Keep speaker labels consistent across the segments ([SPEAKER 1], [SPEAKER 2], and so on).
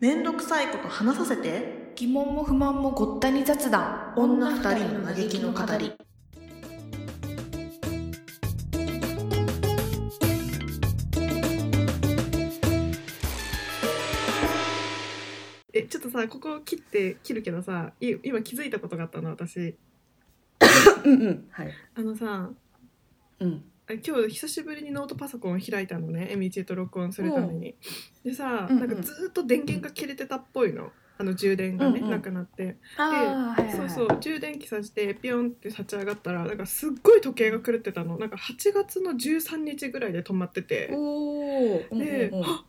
[SPEAKER 1] めんどくさいこと話させて
[SPEAKER 2] 疑問も不満もごったに雑談
[SPEAKER 1] 女二人の嘆きの語り
[SPEAKER 3] えちょっとさここ切って切るけどさい今気づいたことがあったの私
[SPEAKER 4] うんうんはい
[SPEAKER 3] あのさ
[SPEAKER 4] うん
[SPEAKER 3] え今日久しぶりにノートパソコンを開いたのねエミチーと録音するためにでさ、
[SPEAKER 4] うんうん
[SPEAKER 3] なんかずーっと電源が切れてたっぽいのあの充電がね、
[SPEAKER 4] うんうん
[SPEAKER 3] なくなって
[SPEAKER 2] ああはいはい
[SPEAKER 3] そ
[SPEAKER 2] は
[SPEAKER 3] う
[SPEAKER 2] い
[SPEAKER 3] そう充電器さしてピヨンって立ち上がったらなんかすっごい時計が狂ってたのなんか8月の13日ぐらいで止まってて
[SPEAKER 4] おお
[SPEAKER 3] で、
[SPEAKER 4] うんうん
[SPEAKER 3] あ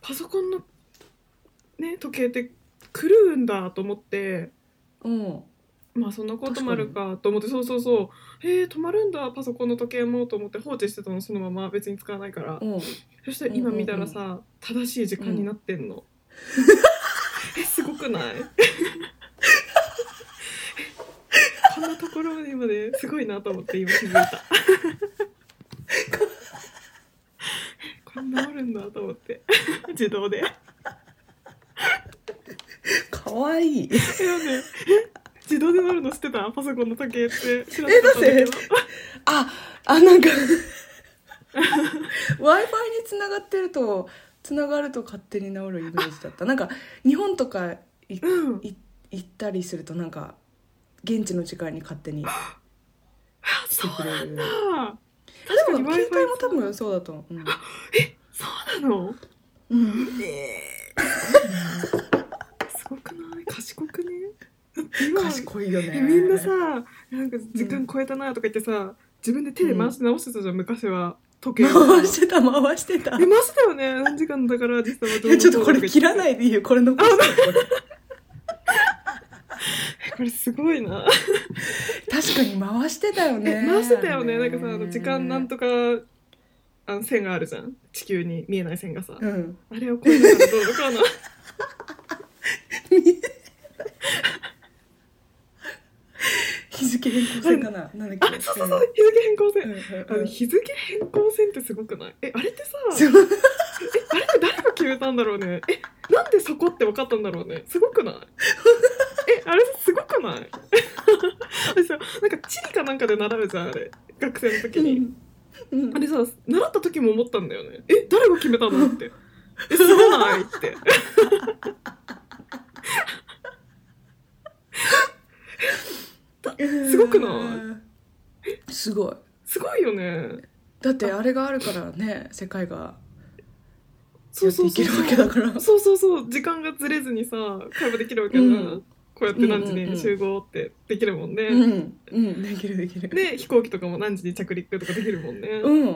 [SPEAKER 3] パソコンの、ね、時計って狂うんだと思って
[SPEAKER 4] うん
[SPEAKER 3] まあそんなこともあるかと思ってそうそうそうへえ止まるんだパソコンの時計もと思って放置してたのそのまま別に使わないから、
[SPEAKER 4] うん
[SPEAKER 3] そしたら今見たらさ、正しい時間になってんの、 えすごくないこんなところにまですごいなと思って今気づいた こんなおるんだと思って 自 動で
[SPEAKER 4] かわいい
[SPEAKER 3] えなんでえ自動でなるの知ってたパソコンの時計って知らなかったんだけど
[SPEAKER 4] ああなんか w i f i につながってるとつながると勝手に治るイメージだったなんか日本とかい
[SPEAKER 3] うん
[SPEAKER 4] い行ったりするとなんか現地の時間に勝手にしてくれ る
[SPEAKER 3] ああ
[SPEAKER 4] で
[SPEAKER 3] 確
[SPEAKER 4] も
[SPEAKER 3] かに
[SPEAKER 4] 携
[SPEAKER 3] Wi-Fi
[SPEAKER 4] 帯も多分そうだと思う、うん
[SPEAKER 3] そうなの
[SPEAKER 4] うん、
[SPEAKER 3] すごくない賢くね
[SPEAKER 4] 賢いよね
[SPEAKER 3] えみんなさなんか時間超えたなとか言ってさ、自分で手で回し直してたじゃん、昔は時計を
[SPEAKER 4] 回
[SPEAKER 3] え
[SPEAKER 4] してた回してた
[SPEAKER 3] 回してたよね何時間だから実際はどう
[SPEAKER 4] ちょっとこれ切ら
[SPEAKER 3] い
[SPEAKER 4] ないでいいよこれ残してこれ
[SPEAKER 3] これすごいな、
[SPEAKER 4] 確かに回してたよね
[SPEAKER 3] え回してたよねなんかさあの時間なんとかあの線があるじゃん地球に見えない線がさ、
[SPEAKER 4] うん
[SPEAKER 3] あれを超えたらどうの かな
[SPEAKER 4] 日付変更線かななんだっけ
[SPEAKER 3] そうそうそう日付変更
[SPEAKER 4] うん
[SPEAKER 3] 線、
[SPEAKER 4] うん
[SPEAKER 3] あ
[SPEAKER 4] うん
[SPEAKER 3] の日付変更線ってすごくないえあれってさ
[SPEAKER 4] そう
[SPEAKER 3] えあれって 誰が決めたんだろうねえなんでそこって分かったんだろうねすごくないえあれすごくない 私さなんか地理かなんかで習うじゃんあれ学生の時に、
[SPEAKER 4] うん
[SPEAKER 3] あれさ習った時も思ったんだよねえ誰が決めたのってえすごないってすごくない
[SPEAKER 4] すごい
[SPEAKER 3] すごいよね
[SPEAKER 4] だってあれがあるからね世界が
[SPEAKER 3] そうそうそう
[SPEAKER 4] やっていけるわけだから
[SPEAKER 3] そうそうそう時間がずれずにさ会話できるわけだから、
[SPEAKER 4] うん
[SPEAKER 3] こうやって何時
[SPEAKER 4] うんうんう
[SPEAKER 3] に
[SPEAKER 4] ん
[SPEAKER 3] 集合ってできるもんね、
[SPEAKER 4] うんうんできるできる
[SPEAKER 3] で飛行機とかも何時に着陸とかできるもんね、
[SPEAKER 4] うんうん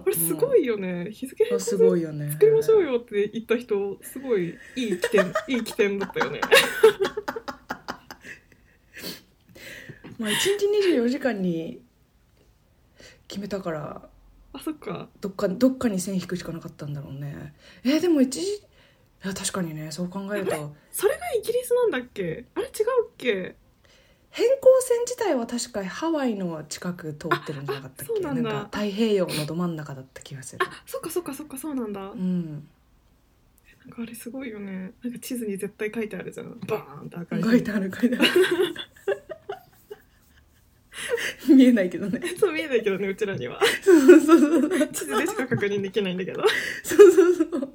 [SPEAKER 3] これすごいよね、日付変
[SPEAKER 4] あ
[SPEAKER 3] 更
[SPEAKER 4] す
[SPEAKER 3] 線
[SPEAKER 4] ごいよね
[SPEAKER 3] 作りましょうよって言った人すごいいい起点いい起点だったよね
[SPEAKER 4] まあ、1日24時間に決めたから
[SPEAKER 3] あそっか
[SPEAKER 4] どっかどっかに線引くしかなかったんだろうねえーでも1時いや確かにねそう考えると
[SPEAKER 3] それがイギリスなんだっけあれ違うっけ
[SPEAKER 4] 変更線自体は確かハワイの近く通ってるんじゃなかったっ
[SPEAKER 3] あそう
[SPEAKER 4] け
[SPEAKER 3] なんだ
[SPEAKER 4] か太平洋のど真ん中だった気がする
[SPEAKER 3] あそっかそっかそっか そうなんだ、
[SPEAKER 4] うん
[SPEAKER 3] なんかあれすごいよねなんか地図に絶対書いてあるじゃんバーンって赤い
[SPEAKER 4] 書いてある書い てある見えないけどね
[SPEAKER 3] そう見えないけどねうちらには
[SPEAKER 4] そうそうそう
[SPEAKER 3] 地図でしか確認できないんだけ ど
[SPEAKER 4] そうそうそう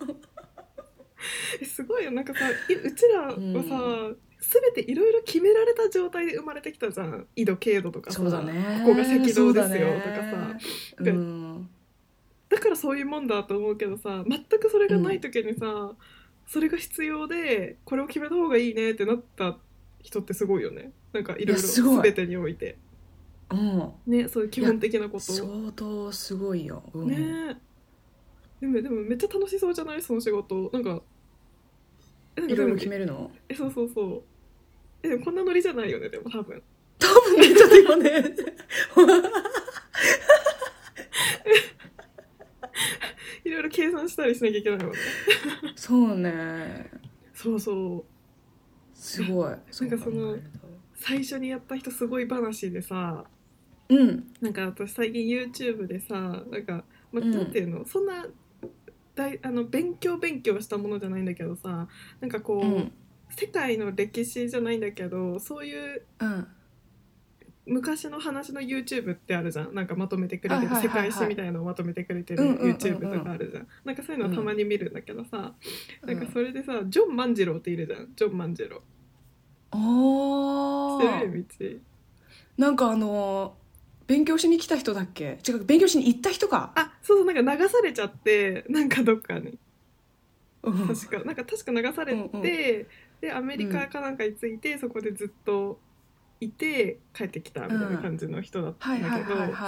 [SPEAKER 3] えすごいよなんかさいうちらはさ、全ていろいろ決められた状態で生まれてきたじゃん緯度経度とかさ
[SPEAKER 4] そうだね
[SPEAKER 3] ここが赤道ですよとかさ
[SPEAKER 4] そうだねうん
[SPEAKER 3] だからそういうもんだと思うけどさ全くそれがない時にさ、それが必要でこれを決めた方がいいねってなった人ってすごいよねなんかいろい
[SPEAKER 4] いや
[SPEAKER 3] ろ
[SPEAKER 4] すごい
[SPEAKER 3] 全てにおいて
[SPEAKER 4] うん
[SPEAKER 3] ねそういう基本的なことを
[SPEAKER 4] 相当すごいよ、うん
[SPEAKER 3] ねえでもでもめっちゃ楽しそうじゃないその仕事なんかえなんか
[SPEAKER 4] い
[SPEAKER 3] で
[SPEAKER 4] ろいろ
[SPEAKER 3] も
[SPEAKER 4] 決めるの
[SPEAKER 3] えそうそうそうえでもこんなノリじゃないよねでも多分
[SPEAKER 4] 多分ねちょっと今ね
[SPEAKER 3] いろいろ計算したりしなきゃいけないもんね
[SPEAKER 4] そうね
[SPEAKER 3] そうそう
[SPEAKER 4] すごい
[SPEAKER 3] なんかその最初にやった人すごい話でさ
[SPEAKER 4] うん
[SPEAKER 3] なんか私最近 YouTube でさなんか、まあ、
[SPEAKER 4] うん
[SPEAKER 3] なんていうの、そんな大あの勉強勉強したものじゃないんだけどさなんかこう、
[SPEAKER 4] うん
[SPEAKER 3] 世界の歴史じゃないんだけどそういう
[SPEAKER 4] うん
[SPEAKER 3] 昔の話の YouTube ってあるじゃんなんかまとめてくれてる、
[SPEAKER 4] はいはいはいはい
[SPEAKER 3] 世界史みたいなのをまとめてくれてる
[SPEAKER 4] うんうんうんうん
[SPEAKER 3] YouTube とかあるじゃん,、なんかそういうのたまに見るんだけどさ、
[SPEAKER 4] う
[SPEAKER 3] なんか
[SPEAKER 4] ん
[SPEAKER 3] それでさジョン万次郎っているじゃんジョン万次郎
[SPEAKER 4] あ
[SPEAKER 3] 知って
[SPEAKER 4] ー
[SPEAKER 3] る道
[SPEAKER 4] なんかあのー勉強しに来た人だっけ違う勉強しに行った人か
[SPEAKER 3] あそうそうなんか流されちゃってなんかどっかに
[SPEAKER 4] うん
[SPEAKER 3] 確かなんか確か流されて、
[SPEAKER 4] うんうん
[SPEAKER 3] でアメリカかなんかに着いて、そこでずっといて帰ってきたみたいな感じの人だった
[SPEAKER 4] は
[SPEAKER 3] ん
[SPEAKER 4] い
[SPEAKER 3] だ
[SPEAKER 4] はい
[SPEAKER 3] けど、
[SPEAKER 4] はいは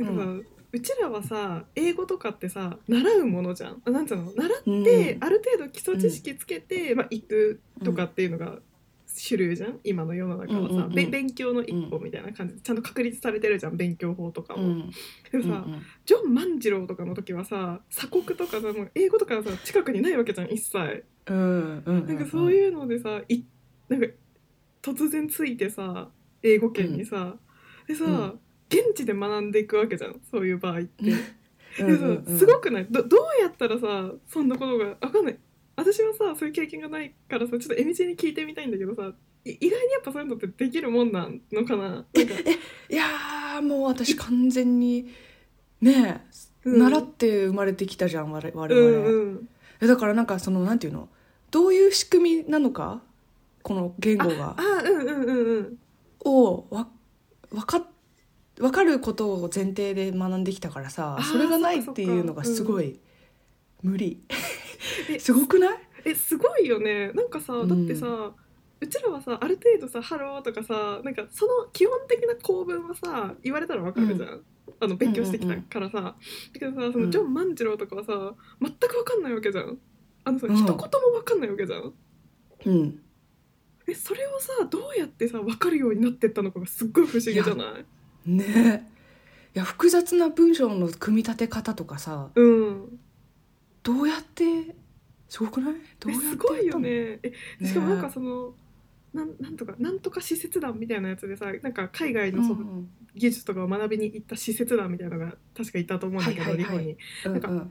[SPEAKER 4] い
[SPEAKER 3] なんかさ、うちらはさ英語とかってさ習うものじゃんあなんつうの習っ
[SPEAKER 4] うん
[SPEAKER 3] て、ある程度基礎知識つけて、まあ、行くとかっていうのが主流じゃん今の世の中はさ、
[SPEAKER 4] うんうんうん
[SPEAKER 3] べ勉強の一歩みたいな感じでちゃんと確立されてるじゃん勉強法とか
[SPEAKER 4] う
[SPEAKER 3] も。
[SPEAKER 4] ん
[SPEAKER 3] でもさ、
[SPEAKER 4] うんうん
[SPEAKER 3] ジョン万次郎とかの時はさ鎖国とかさもう英語とかさ近くにないわけじゃん一切。
[SPEAKER 4] うんうん
[SPEAKER 3] なんかそういうのでさいなんか突然ついてさ英語圏にさ、でさ、
[SPEAKER 4] うん
[SPEAKER 3] 現地で学んでいくわけじゃんそういう場合って。
[SPEAKER 4] う
[SPEAKER 3] で
[SPEAKER 4] ん
[SPEAKER 3] さ
[SPEAKER 4] うんうん
[SPEAKER 3] すごくないどどうやったらさそんなことがわかんない私はさそういう経験がないからさちょっとえみちに聞いてみたいんだけどさい意外にやっぱそういうのってできるもんなんのかななんか、
[SPEAKER 4] いやーもう私完全にねえ、
[SPEAKER 3] うん
[SPEAKER 4] 習って生まれてきたじゃん我々、
[SPEAKER 3] う
[SPEAKER 4] 我々
[SPEAKER 3] んうん、
[SPEAKER 4] えだからなんかそのなんていうのどういう仕組みなのかこの言語が
[SPEAKER 3] あうんうんうんうん
[SPEAKER 4] をわ分かっ分かることを前提で学んできたからさ
[SPEAKER 3] あー
[SPEAKER 4] それがないっ
[SPEAKER 3] そっか
[SPEAKER 4] ていうのが
[SPEAKER 3] そっか
[SPEAKER 4] すごい無理
[SPEAKER 3] え
[SPEAKER 4] すごくない
[SPEAKER 3] えすごいよねなんかさだってさ、
[SPEAKER 4] う
[SPEAKER 3] うちらはさある程度さ「ハロー」とかさなんかその基本的な構文はさ言われたらわかるじゃん、あの勉強してきたからさ、だけどさそのジョン万次郎とかはさ全くわかんないわけじゃんあのさ、
[SPEAKER 4] うん
[SPEAKER 3] 一言もわかんないわけじゃん
[SPEAKER 4] うん
[SPEAKER 3] えそれをさどうやってさわかるようになってったのかがすっごい不思議じゃない
[SPEAKER 4] ねえいや複雑な文章の組み立て方とかさ
[SPEAKER 3] うん
[SPEAKER 4] どうやってすごくないど
[SPEAKER 3] え
[SPEAKER 4] うやってや
[SPEAKER 3] す
[SPEAKER 4] った
[SPEAKER 3] ご
[SPEAKER 4] の
[SPEAKER 3] いよねえ
[SPEAKER 4] ね
[SPEAKER 3] しかもなんかそのなんなんとかなんとか使節団みたいなやつでさなんか海外のそ
[SPEAKER 4] う
[SPEAKER 3] の、
[SPEAKER 4] ん
[SPEAKER 3] 技術とかを学びに行った施設団みたいなのが確かいたと思うんだけ
[SPEAKER 4] は
[SPEAKER 3] ど、
[SPEAKER 4] いはいはい
[SPEAKER 3] 日本に
[SPEAKER 4] うん
[SPEAKER 3] なんか
[SPEAKER 4] うん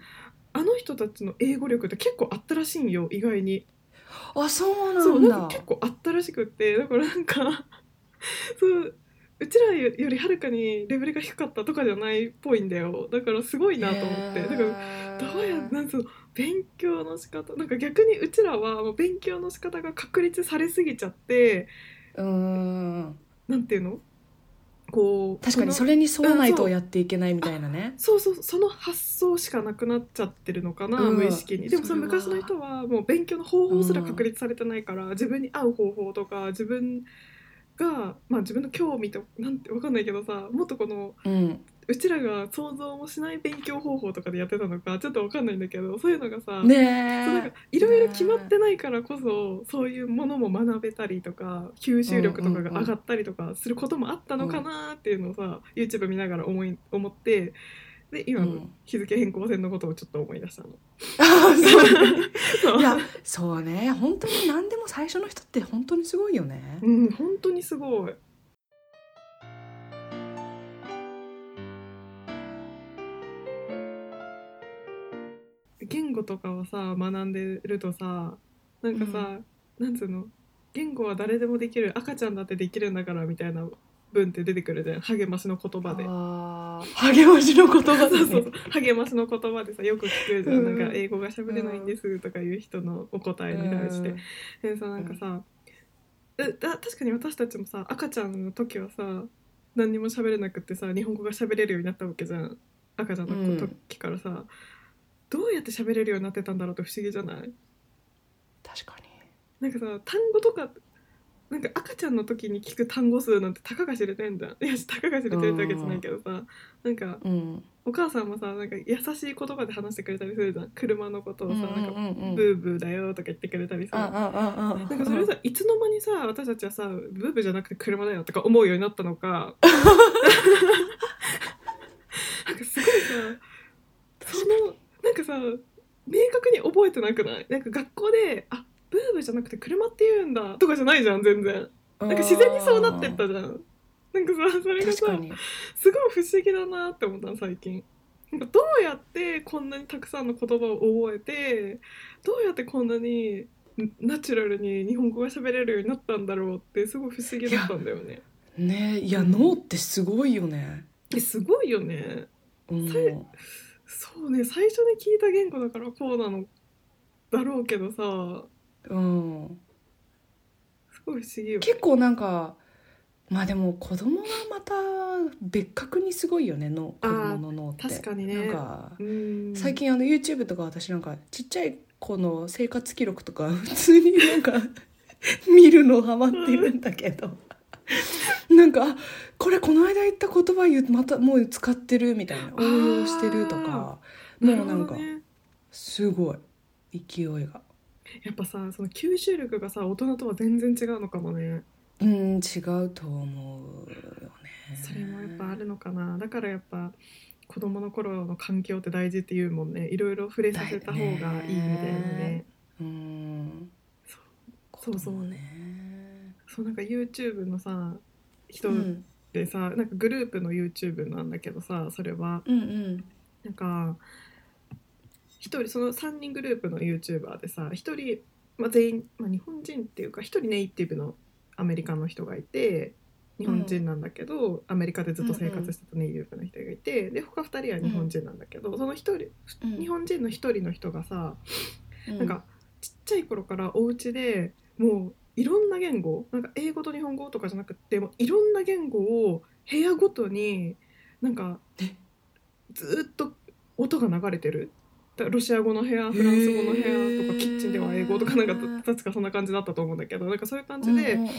[SPEAKER 3] あの人たちの英語力って結構あったらしいんよ意外に
[SPEAKER 4] あそうな
[SPEAKER 3] そうなん
[SPEAKER 4] ん
[SPEAKER 3] か
[SPEAKER 4] だ
[SPEAKER 3] 結構あったらしくってだからなんか そううちらよりはるかにレベルが低かったとかじゃないっぽいんだよだからすごいなと思ってだから
[SPEAKER 4] ら
[SPEAKER 3] どうやなんその勉強の仕方なんか逆にうちらはもう勉強の仕方が確立されすぎちゃって
[SPEAKER 4] うーん
[SPEAKER 3] なんていうのこう
[SPEAKER 4] 確かに
[SPEAKER 3] その
[SPEAKER 4] それに沿わない
[SPEAKER 3] うんそ
[SPEAKER 4] と
[SPEAKER 3] う
[SPEAKER 4] やっていけないみたいなね
[SPEAKER 3] そうそうその発想しかなくなっちゃってるのかな、
[SPEAKER 4] うん
[SPEAKER 3] 無意識にでもその
[SPEAKER 4] それは
[SPEAKER 3] 昔の人はもう勉強の方法すら確立されてないから、自分に合う方法とか自分がまあ自分の興味となんてわかんないけどさもっとこの
[SPEAKER 4] うん
[SPEAKER 3] うちらが想像もしない勉強方法とかでやってたのかちょっとわかんないんだけどそういうのがさ、そうなん
[SPEAKER 4] ね
[SPEAKER 3] かいろいろ決まってないからこそそういうものも学べたりとか吸収力とかが上がったりとかすることもあったのかなっていうのをさ、YouTube 見ながら思い思ってで今
[SPEAKER 4] う
[SPEAKER 3] の
[SPEAKER 4] ん
[SPEAKER 3] 日付変更線のことをちょっと思い出したの。
[SPEAKER 4] いやそうね本当に何でも最初の人って本当にすごいよね
[SPEAKER 3] うん、本当にすごい。言語とかをさ学んでるとさなんかさ、なんつうの言語は誰でもできる赤ちゃんだってできるんだからみたいな文って出てくるじゃん励ましの言葉で。
[SPEAKER 4] あー励ましの言葉
[SPEAKER 3] そう
[SPEAKER 4] だ
[SPEAKER 3] そう
[SPEAKER 4] ね
[SPEAKER 3] そう励ましの言葉でさよく聞くじゃん、
[SPEAKER 4] うん
[SPEAKER 3] なんか英語が喋れないんですとかいう人のお答えに対して、でさなんかさ、うだ確かに私たちもさ赤ちゃんの時はさ何にも喋れなくってさ日本語が喋れるようになったわけじゃん赤ちゃんの子
[SPEAKER 4] うん
[SPEAKER 3] 時からさ、どうやって喋れるようになってたんだろうって不思議じゃない
[SPEAKER 4] 確かに
[SPEAKER 3] なんかさ単語とかなんか赤ちゃんの時に聞く単語数なんてたかが知れてんじゃんいやたかが知れてるってわけじゃないけどさなんか
[SPEAKER 4] うん
[SPEAKER 3] お母さんもさなんか優しい言葉で話してくれたりするじゃん車のことを
[SPEAKER 4] う
[SPEAKER 3] さ、
[SPEAKER 4] ん
[SPEAKER 3] なんか
[SPEAKER 4] うん
[SPEAKER 3] ブーブーだよとか言ってくれたりさ、
[SPEAKER 4] うん
[SPEAKER 3] なんかそれさいつの間にさ私たちはさブーブーじゃなくて車だよとか思うようになったのかなんかすごいさそのなんかさ明確に覚えてなくないなんか学校で「あブーブーじゃなくて車って言うんだ」とかじゃないじゃん全然なんか自然にそうなってったじゃんなんかさそれが
[SPEAKER 4] 確か
[SPEAKER 3] さ
[SPEAKER 4] に
[SPEAKER 3] すごい不思議だなって思ったの最近なんかどうやってこんなにたくさんの言葉を覚えてどうやってこんなにナチュラルに日本語が喋れるようになったんだろうってすごい不思議だったんだよね。
[SPEAKER 4] ねいや脳ってすごいよね。
[SPEAKER 3] えすごいよね。
[SPEAKER 4] うん
[SPEAKER 3] さえそうね最初に聞いた言語だからこうなのだろうけどさ
[SPEAKER 4] うん、
[SPEAKER 3] すごい不思議よね。
[SPEAKER 4] 結構なんかまあでも子供がまた別格にすごいよね脳子
[SPEAKER 3] あー
[SPEAKER 4] 供の脳って。
[SPEAKER 3] 確かにね
[SPEAKER 4] なんか
[SPEAKER 3] うん
[SPEAKER 4] 最近あの YouTube とか私なんかちっちゃい子の生活記録とか 普通になんか 見るのハマってるんだけど なんかあこれこの間言った言葉言うまたもう使ってるみたいな応用してるとかもうなんか
[SPEAKER 3] るほどね
[SPEAKER 4] すごい勢いが
[SPEAKER 3] やっぱさその吸収力がさ大人とは全然違うのかもね。
[SPEAKER 4] うん違うと思うよね
[SPEAKER 3] それもやっぱあるのかなだからやっぱ子供の頃の環境って大事って言うもんねいろいろ触れさせた方がいいみたいなね
[SPEAKER 4] うん
[SPEAKER 3] そうそう
[SPEAKER 4] ね
[SPEAKER 3] そうなんか YouTube のさ
[SPEAKER 4] う
[SPEAKER 3] 人
[SPEAKER 4] ん
[SPEAKER 3] でさ、なんかグループの YouTube なんだけどさそれは
[SPEAKER 4] うんうん
[SPEAKER 3] なんか一人その3人グループの YouTuber でさ一人、まあ、全員、まあ、日本人っていうか一人ネイティブのアメリカの人がいて日本人なんだけど、アメリカでずっと生活してたネイティブの人がいて、で他2人は日本人なんだけど、その一人
[SPEAKER 4] うん
[SPEAKER 3] 日本人の一人の人がさ、なんかちっちゃい頃からお家でもういろんな言語なんか英語と日本語とかじゃなくてもういろんな言語を部屋ごとになんか
[SPEAKER 4] え
[SPEAKER 3] ずっと音が流れてるだからロシア語の部屋フランス語の部屋と
[SPEAKER 4] へー
[SPEAKER 3] かキッチンでは英語とかなんか確かそんな感じだったと思うんだけどなんかそういう感じで、
[SPEAKER 4] うんうんう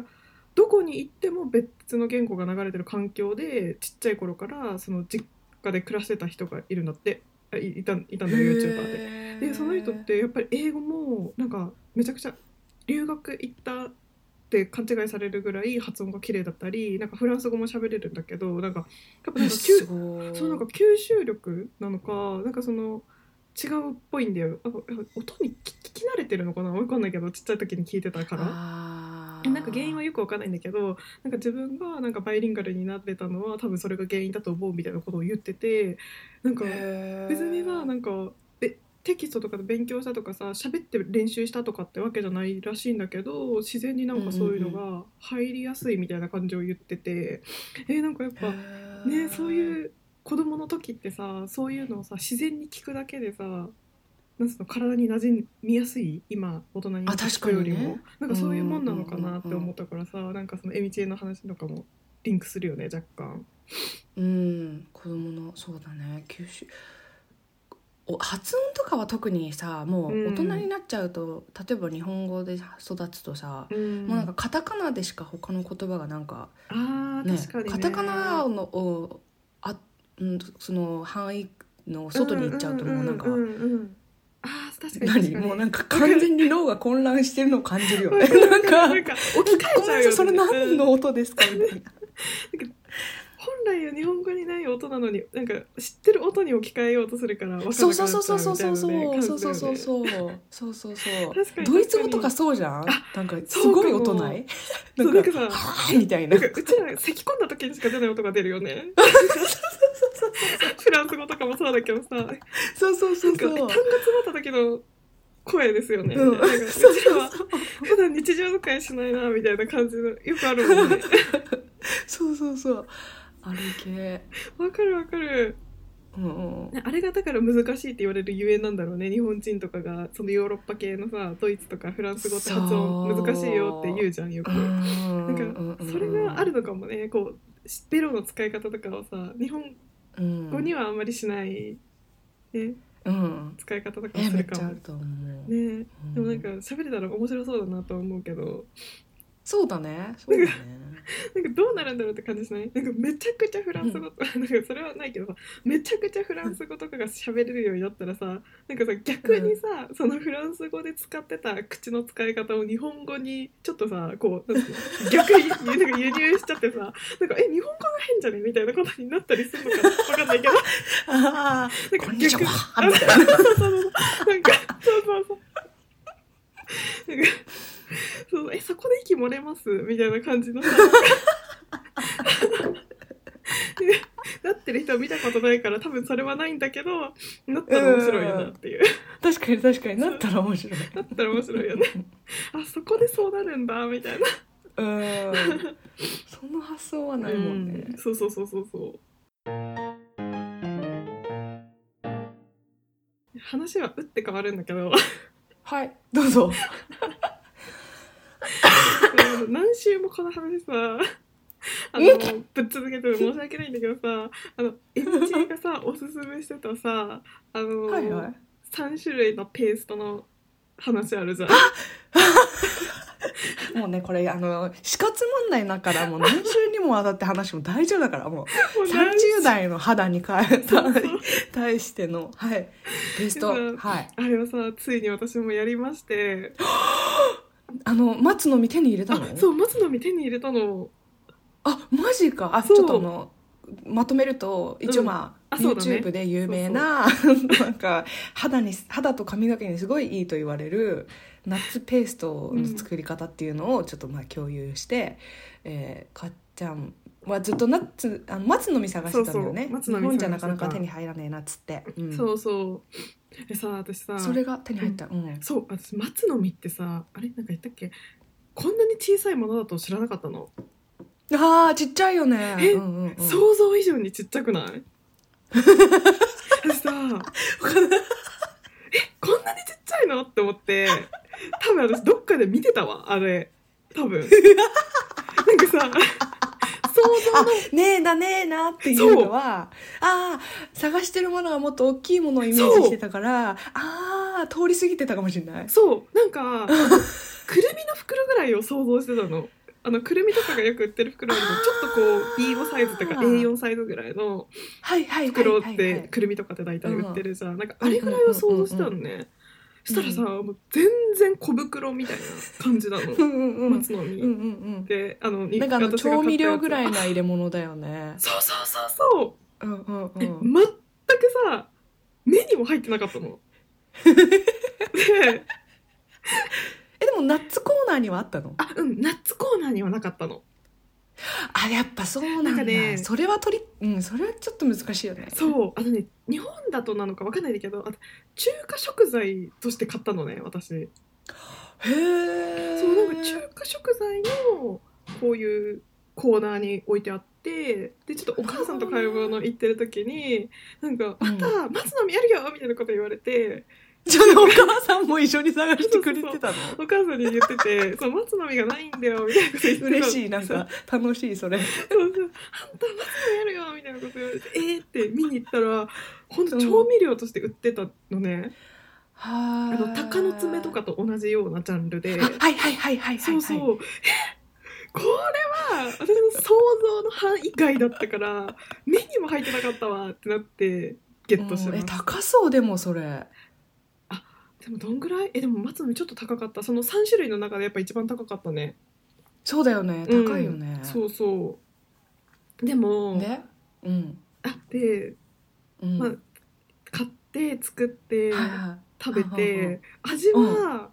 [SPEAKER 4] ん
[SPEAKER 3] どこに行っても別の言語が流れてる環境でちっちゃい頃からその実家で暮らしてた人がいるんだってあいいたいたんだよ YouTuber で。
[SPEAKER 4] で
[SPEAKER 3] でその人ってやっぱり英語もなんかめちゃくちゃ留学行ったって勘違いされるぐらい発音が綺麗だったりなんかフランス語も喋れるんだけどなんかやっぱなんか吸
[SPEAKER 4] すごい
[SPEAKER 3] そうなんか吸収力なのかなんかその違うっぽいんだよあ音に聞聞き慣れてるのかなわかんないけどちっちゃい時に聞いてたから。
[SPEAKER 4] あ
[SPEAKER 3] えなんか原因はよくわかんないんだけどなんか自分がなんかバイリンガルになってたのは多分それが原因だと思うみたいなことを言っててなんか別にさなんかえテキストとかで勉強したとかさ喋って練習したとかってわけじゃないらしいんだけど自然になんかそういう
[SPEAKER 4] う
[SPEAKER 3] のが入りやすいみたいな感じを言ってて、えなんかやっぱねそう
[SPEAKER 4] う
[SPEAKER 3] いう子供の時ってさそういうのをさ自然に聞くだけでさなんつうの体に馴染みやすい今大人に
[SPEAKER 4] あ確かにね
[SPEAKER 3] よりも、なんかそういうもんなのかなって思ったからさ、なんかそのエミチエの話とかもリンクするよね若干。
[SPEAKER 4] うん子供のそうだね吸収お発音とかは特にさもう大人になっちゃうと、例えば日本語で育つとさ、もうなんかカタカナでしか他の言葉がなんか、
[SPEAKER 3] あー
[SPEAKER 4] ね
[SPEAKER 3] 確かに、ね、
[SPEAKER 4] カタカナのをあうんその範囲の外に行っちゃうともうなんか、
[SPEAKER 3] んうんうんうんあー確か
[SPEAKER 4] 何
[SPEAKER 3] に確かに
[SPEAKER 4] もうなんか完全に脳が混乱してるのを感じる よね
[SPEAKER 3] な
[SPEAKER 4] なんん
[SPEAKER 3] か
[SPEAKER 4] か
[SPEAKER 3] なんか置き換え
[SPEAKER 4] ごめ
[SPEAKER 3] ち
[SPEAKER 4] ん
[SPEAKER 3] ゃ
[SPEAKER 4] な
[SPEAKER 3] う
[SPEAKER 4] さい、
[SPEAKER 3] よ、ね、
[SPEAKER 4] それ何
[SPEAKER 3] うん
[SPEAKER 4] の音ですかみたいな。
[SPEAKER 3] 本来は日本語にない音なのになんか知ってる音に置き換えようとするからわからなくなっち
[SPEAKER 4] そうう
[SPEAKER 3] ゃ
[SPEAKER 4] そうそうそうそうそうそう
[SPEAKER 3] みたいなね
[SPEAKER 4] そうそうそう
[SPEAKER 3] 感
[SPEAKER 4] そうそうそう
[SPEAKER 3] 確かに
[SPEAKER 4] ドイツ語とかそうじゃん
[SPEAKER 3] あ
[SPEAKER 4] なんかすごい音ない
[SPEAKER 3] じだよねそう
[SPEAKER 4] な
[SPEAKER 3] なん
[SPEAKER 4] んか
[SPEAKER 3] かさ
[SPEAKER 4] はぁみたいな
[SPEAKER 3] なんかうちら咳込んだ時にしか出ない音が出るよねフランス語とかもそうだけどさなんか
[SPEAKER 4] そうそうそう
[SPEAKER 3] 単
[SPEAKER 4] そう
[SPEAKER 3] 語詰まった時の声ですよね、
[SPEAKER 4] うん
[SPEAKER 3] なんかうちらは普段日常使いしないなみたいな感じのよくあるもん ね
[SPEAKER 4] そうそうそうあれ系
[SPEAKER 3] わかるわかる
[SPEAKER 4] うんうん
[SPEAKER 3] ねあれがだから難しいって言われるゆえんなんだろうね日本人とかがそのヨーロッパ系のさドイツとかフランス語って発音
[SPEAKER 4] そう
[SPEAKER 3] 難しいよって言うじゃんよく。
[SPEAKER 4] うん
[SPEAKER 3] なん
[SPEAKER 4] うん
[SPEAKER 3] かそれがあるのかもねこうしベロの使い方とかをさ日本
[SPEAKER 4] うん
[SPEAKER 3] 語にはあんまりしない、ね、
[SPEAKER 4] うん
[SPEAKER 3] 使い方とかを
[SPEAKER 4] え
[SPEAKER 3] す
[SPEAKER 4] め
[SPEAKER 3] る
[SPEAKER 4] っち
[SPEAKER 3] か
[SPEAKER 4] ゃあ
[SPEAKER 3] も
[SPEAKER 4] る。と思う
[SPEAKER 3] ね、
[SPEAKER 4] うん
[SPEAKER 3] でもなんか喋れたら面白そうだなとは思うけど
[SPEAKER 4] そうだねそうだね
[SPEAKER 3] なんかどうなるんだろうって感じしないなんかめちゃくちゃフランス語となんかそれはないけどさめちゃくちゃフランス語とかが喋れるようになったらさなんかさ逆にさ、そのフランス語で使ってた口の使い方を日本語にちょっとさこうなんていうの逆になんか輸入しちゃってさなんかえ日本語が変じゃねみたいなことになったりするのかわかんないけど
[SPEAKER 4] あ
[SPEAKER 3] なん
[SPEAKER 4] あ
[SPEAKER 3] か
[SPEAKER 4] こんにち
[SPEAKER 3] 逆に
[SPEAKER 4] はみたいな
[SPEAKER 3] そうそうそうなんかそうそうそうなんかそうえそこで息漏れますみたいな感じのさだってってる人を見たことないから多分それはないんだけどなったら面白いよなっていう
[SPEAKER 4] 確かに確かになったら面 白い
[SPEAKER 3] なったら面白いよねあそこでそうなるんだみたいな
[SPEAKER 4] うんその発想はないもんね、
[SPEAKER 3] うんそうそうそうそうそう話は打って変わるんだけど
[SPEAKER 4] はいどうぞ
[SPEAKER 3] 何週もこの話 さあのぶっ続けて申し訳ないんだけどさあの MC が さおすすめしてたさあの、
[SPEAKER 4] はいはい
[SPEAKER 3] 3種類のペーストの話あるじゃん
[SPEAKER 4] もうねこれあの死活問題だからもう何週にもわたって話しても大丈夫だからもう
[SPEAKER 3] もう何
[SPEAKER 4] 30代の肌にかえた 対してのはいベスト
[SPEAKER 3] うん
[SPEAKER 4] はい
[SPEAKER 3] あれはさついに私もやりまして
[SPEAKER 4] あの松の実手に入れた
[SPEAKER 3] あ
[SPEAKER 4] の
[SPEAKER 3] そう松の実手に入れたの
[SPEAKER 4] あマジかあち
[SPEAKER 3] そう
[SPEAKER 4] ょっとあのまとめると一応まあ、
[SPEAKER 3] うんあそうだね
[SPEAKER 4] YouTube で有名な なんか肌に肌と髪の毛にすごいいいと言われるナッツペーストの作り方っていうのをちょっとまあ共有して、えーかっちゃんはずっとナッツあの松の実探してたんだよね
[SPEAKER 3] そうそう松の実
[SPEAKER 4] 日本じゃなかな
[SPEAKER 3] 探して
[SPEAKER 4] か
[SPEAKER 3] た
[SPEAKER 4] 手に入らねえなっつって、うん
[SPEAKER 3] そうそうえさ私さ
[SPEAKER 4] それが手に入った、うん
[SPEAKER 3] そう私松の実ってさあれなんか言ったっけこんなに小さいものだと知らなかったの、
[SPEAKER 4] あーちっちゃいよね
[SPEAKER 3] え
[SPEAKER 4] うんうんうん、
[SPEAKER 3] 想像以上にちっちゃくない私さえこんなにちっちゃいのって思って多分私どっかで見てたわあれ多分なんかさ想像
[SPEAKER 4] あ
[SPEAKER 3] の
[SPEAKER 4] ねえなねえなっていうのはああ探してるものがもっと大きいものをイメージしてたからああー通り過ぎてたかもしれない
[SPEAKER 3] そうなんかくるみの袋ぐらいを想像してたのあのくるみとかがよく売ってる袋よりもちょっとこう B5 サイズとか A4 サイズぐらいの
[SPEAKER 4] はいはいはい
[SPEAKER 3] 袋
[SPEAKER 4] は
[SPEAKER 3] っ
[SPEAKER 4] いは
[SPEAKER 3] て
[SPEAKER 4] い
[SPEAKER 3] くるみとかって大体売ってるじゃん、なんかあれぐらいを想像してたのね、したらさもう全然小袋みたいな感じ なの
[SPEAKER 4] うんうんうん
[SPEAKER 3] 松の実、
[SPEAKER 4] うんうん
[SPEAKER 3] であの
[SPEAKER 4] うんなんかあの
[SPEAKER 3] 私が買ったやつ
[SPEAKER 4] 調味料ぐらいな入れ物だよね
[SPEAKER 3] そうそうそうそ う
[SPEAKER 4] うんうんう
[SPEAKER 3] え
[SPEAKER 4] ん
[SPEAKER 3] 全くさ目にも入ってなかったので
[SPEAKER 4] えでもナッツコーナーにはあったの
[SPEAKER 3] あうんナッツコーナーにはなかったの
[SPEAKER 4] あやっぱそうなんだ
[SPEAKER 3] なんかね
[SPEAKER 4] それは取りうんそれはちょっと難しいよね
[SPEAKER 3] そうあのね日本だとなのかわかんないんだけどあと中華食材として買ったのね私
[SPEAKER 4] へえ
[SPEAKER 3] そうなんか中華食材のこういうコーナーに置いてあってでちょっとお母さんと買い物行ってる時になんか「
[SPEAKER 4] う
[SPEAKER 3] ま
[SPEAKER 4] ん
[SPEAKER 3] た松の実あるよ!」みたいなこと言われて
[SPEAKER 4] ちょっとお母さんも一緒に探してくれてたの
[SPEAKER 3] お母さんに言ってて「そう松の実がないんだよ」みたいなこと言ってた
[SPEAKER 4] 嬉しいなんか楽しいそれ
[SPEAKER 3] そうそうあんた松の実あるよ!」みたいなこと言われて「えー!」って見に行ったらほんと調味料として売ってたのね、
[SPEAKER 4] は
[SPEAKER 3] あの鷹の爪とかと同じようなジャンルで。
[SPEAKER 4] あはいはいはいはいはいはい
[SPEAKER 3] そうそう。 えこれは私の想像の範囲外だったから目にも入ってなかったわってなってゲットし
[SPEAKER 4] うんえ
[SPEAKER 3] ました
[SPEAKER 4] 高そうでもそれ
[SPEAKER 3] でもどんぐらいえでも松の実ちょっと高かったその3種類の中でやっぱ一番高かったね
[SPEAKER 4] そうだよね
[SPEAKER 3] うん
[SPEAKER 4] 高いよね、
[SPEAKER 3] そうそうでも
[SPEAKER 4] でうん
[SPEAKER 3] あで
[SPEAKER 4] うん、
[SPEAKER 3] まあ買って作って
[SPEAKER 4] はいは
[SPEAKER 3] 食べ
[SPEAKER 4] うんうんう
[SPEAKER 3] て味は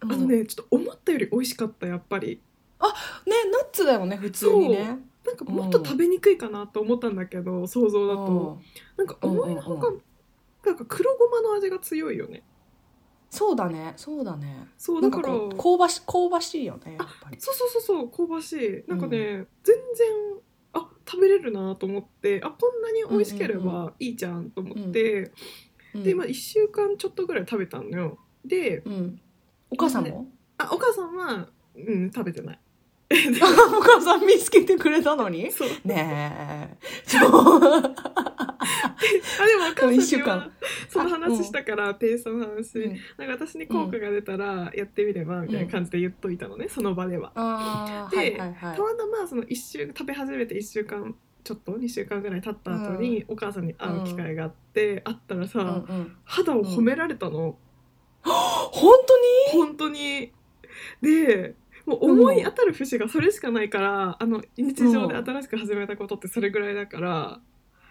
[SPEAKER 3] あ
[SPEAKER 4] い
[SPEAKER 3] のねちょっと思ったより美味しかったやっぱり
[SPEAKER 4] うんねナッツだよね普通にね
[SPEAKER 3] なんかもっと食べにくいかなと思ったんだけど想像だと
[SPEAKER 4] うん
[SPEAKER 3] なんか思いのほか、
[SPEAKER 4] うん
[SPEAKER 3] なんか黒ごまの味が強いよね。
[SPEAKER 4] そうだねそうだね
[SPEAKER 3] そう
[SPEAKER 4] な
[SPEAKER 3] だ
[SPEAKER 4] ん
[SPEAKER 3] か、
[SPEAKER 4] からこう香ばし香ばしいよねやっぱり
[SPEAKER 3] そうそうそうそう香ばしい。なんかね、全然あ食べれるなと思って、あこんなに美味しけれ
[SPEAKER 4] うんう
[SPEAKER 3] ばいいじゃんと思って、でまあ一週間ちょっとぐらい食べたのよ。で、
[SPEAKER 4] うん、うん、お母さんも
[SPEAKER 3] あお母さんはうん食べてない。
[SPEAKER 4] お母さん見つけてくれたのに
[SPEAKER 3] そう。
[SPEAKER 4] ねえちょ
[SPEAKER 3] あでもお
[SPEAKER 4] 一
[SPEAKER 3] 母さん
[SPEAKER 4] 週
[SPEAKER 3] には
[SPEAKER 4] 間
[SPEAKER 3] その話したからペーストの話、
[SPEAKER 4] うん
[SPEAKER 3] なんか私に効果が出たらやってみればみたいな感じで言っといたのね、その場では。
[SPEAKER 4] あー
[SPEAKER 3] で
[SPEAKER 4] はいはいはい
[SPEAKER 3] たまたまその一週食べ始めて1週間ちょっと2週間ぐらい経った後にお母さんに会う機会があって、会ったらさ、
[SPEAKER 4] うんうん、
[SPEAKER 3] 肌を褒められたの、
[SPEAKER 4] 本当に
[SPEAKER 3] 本当にでもう思い当たる節がそれしかないから、あの日常で新しく始めたことってそれぐらいだから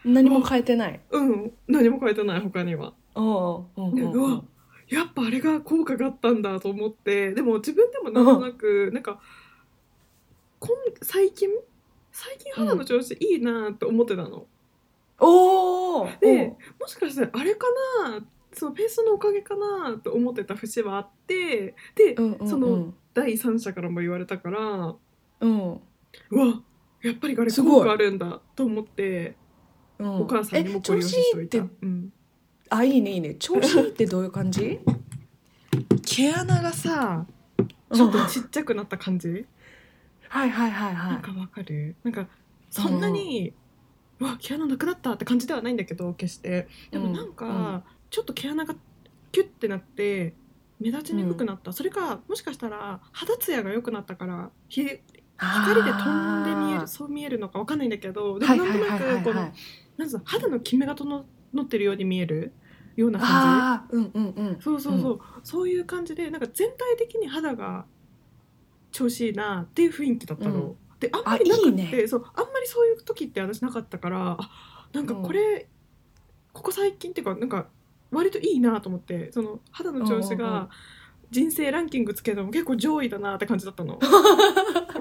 [SPEAKER 4] 何も変えてない。
[SPEAKER 3] うん、何も変えてない他には
[SPEAKER 4] おうおう
[SPEAKER 3] う
[SPEAKER 4] お
[SPEAKER 3] わ
[SPEAKER 4] う
[SPEAKER 3] やっぱあれが効果があったんだと思ってでも自分でもなんとなくなんかこん最近最近肌の調子いいなって思ってたの、
[SPEAKER 4] おー
[SPEAKER 3] でもしかしたらあれかなそのペーストのおかげかなと思ってた節はあってで、
[SPEAKER 4] うんうんうん
[SPEAKER 3] その第三者からも言われたから
[SPEAKER 4] うん
[SPEAKER 3] うわやっぱりあれ
[SPEAKER 4] すごい
[SPEAKER 3] 効果あるんだと思って
[SPEAKER 4] うん
[SPEAKER 3] お母さんにも
[SPEAKER 4] え
[SPEAKER 3] ご
[SPEAKER 4] 調
[SPEAKER 3] 了承
[SPEAKER 4] 子
[SPEAKER 3] し
[SPEAKER 4] い
[SPEAKER 3] と
[SPEAKER 4] いっ
[SPEAKER 3] いた、
[SPEAKER 4] て
[SPEAKER 3] うん、
[SPEAKER 4] あいいねいいね調子いいってどういう感じ
[SPEAKER 3] 毛穴がさ
[SPEAKER 4] うん
[SPEAKER 3] ちょっとちっちゃくなった感じ、
[SPEAKER 4] はいはいはいは
[SPEAKER 3] なんかわかるなんかそんなに、うわ毛穴なくなったって感じではないんだけど決してでもなんか、
[SPEAKER 4] うん
[SPEAKER 3] ちょっと毛穴がキュッてなって目立ちにくくなった、それかもしかしたら肌ツヤが良くなったからひ光で飛んで見え
[SPEAKER 4] あ
[SPEAKER 3] る
[SPEAKER 4] ー
[SPEAKER 3] そう見えるのかわかんないんだけどでも
[SPEAKER 4] は
[SPEAKER 3] ないんと
[SPEAKER 4] はいは
[SPEAKER 3] ない
[SPEAKER 4] はい
[SPEAKER 3] くこ
[SPEAKER 4] は
[SPEAKER 3] の
[SPEAKER 4] い
[SPEAKER 3] なんつうの肌のキメが整ってるように見えるような感じ
[SPEAKER 4] ああうんうんうん
[SPEAKER 3] そうそうそう、そういう感じでなんか全体的に肌が調子いいなっていう雰囲気だったの、
[SPEAKER 4] うん
[SPEAKER 3] であんまりなくって
[SPEAKER 4] あいいね
[SPEAKER 3] そうあんまりそういう時って私なかったからあなんかこれ、ここ最近っていうかなんか割といいなと思ってその肌の
[SPEAKER 4] うん
[SPEAKER 3] 調子
[SPEAKER 4] うんうん
[SPEAKER 3] が人生ランキングつけても結構上位だなって感じだっ たの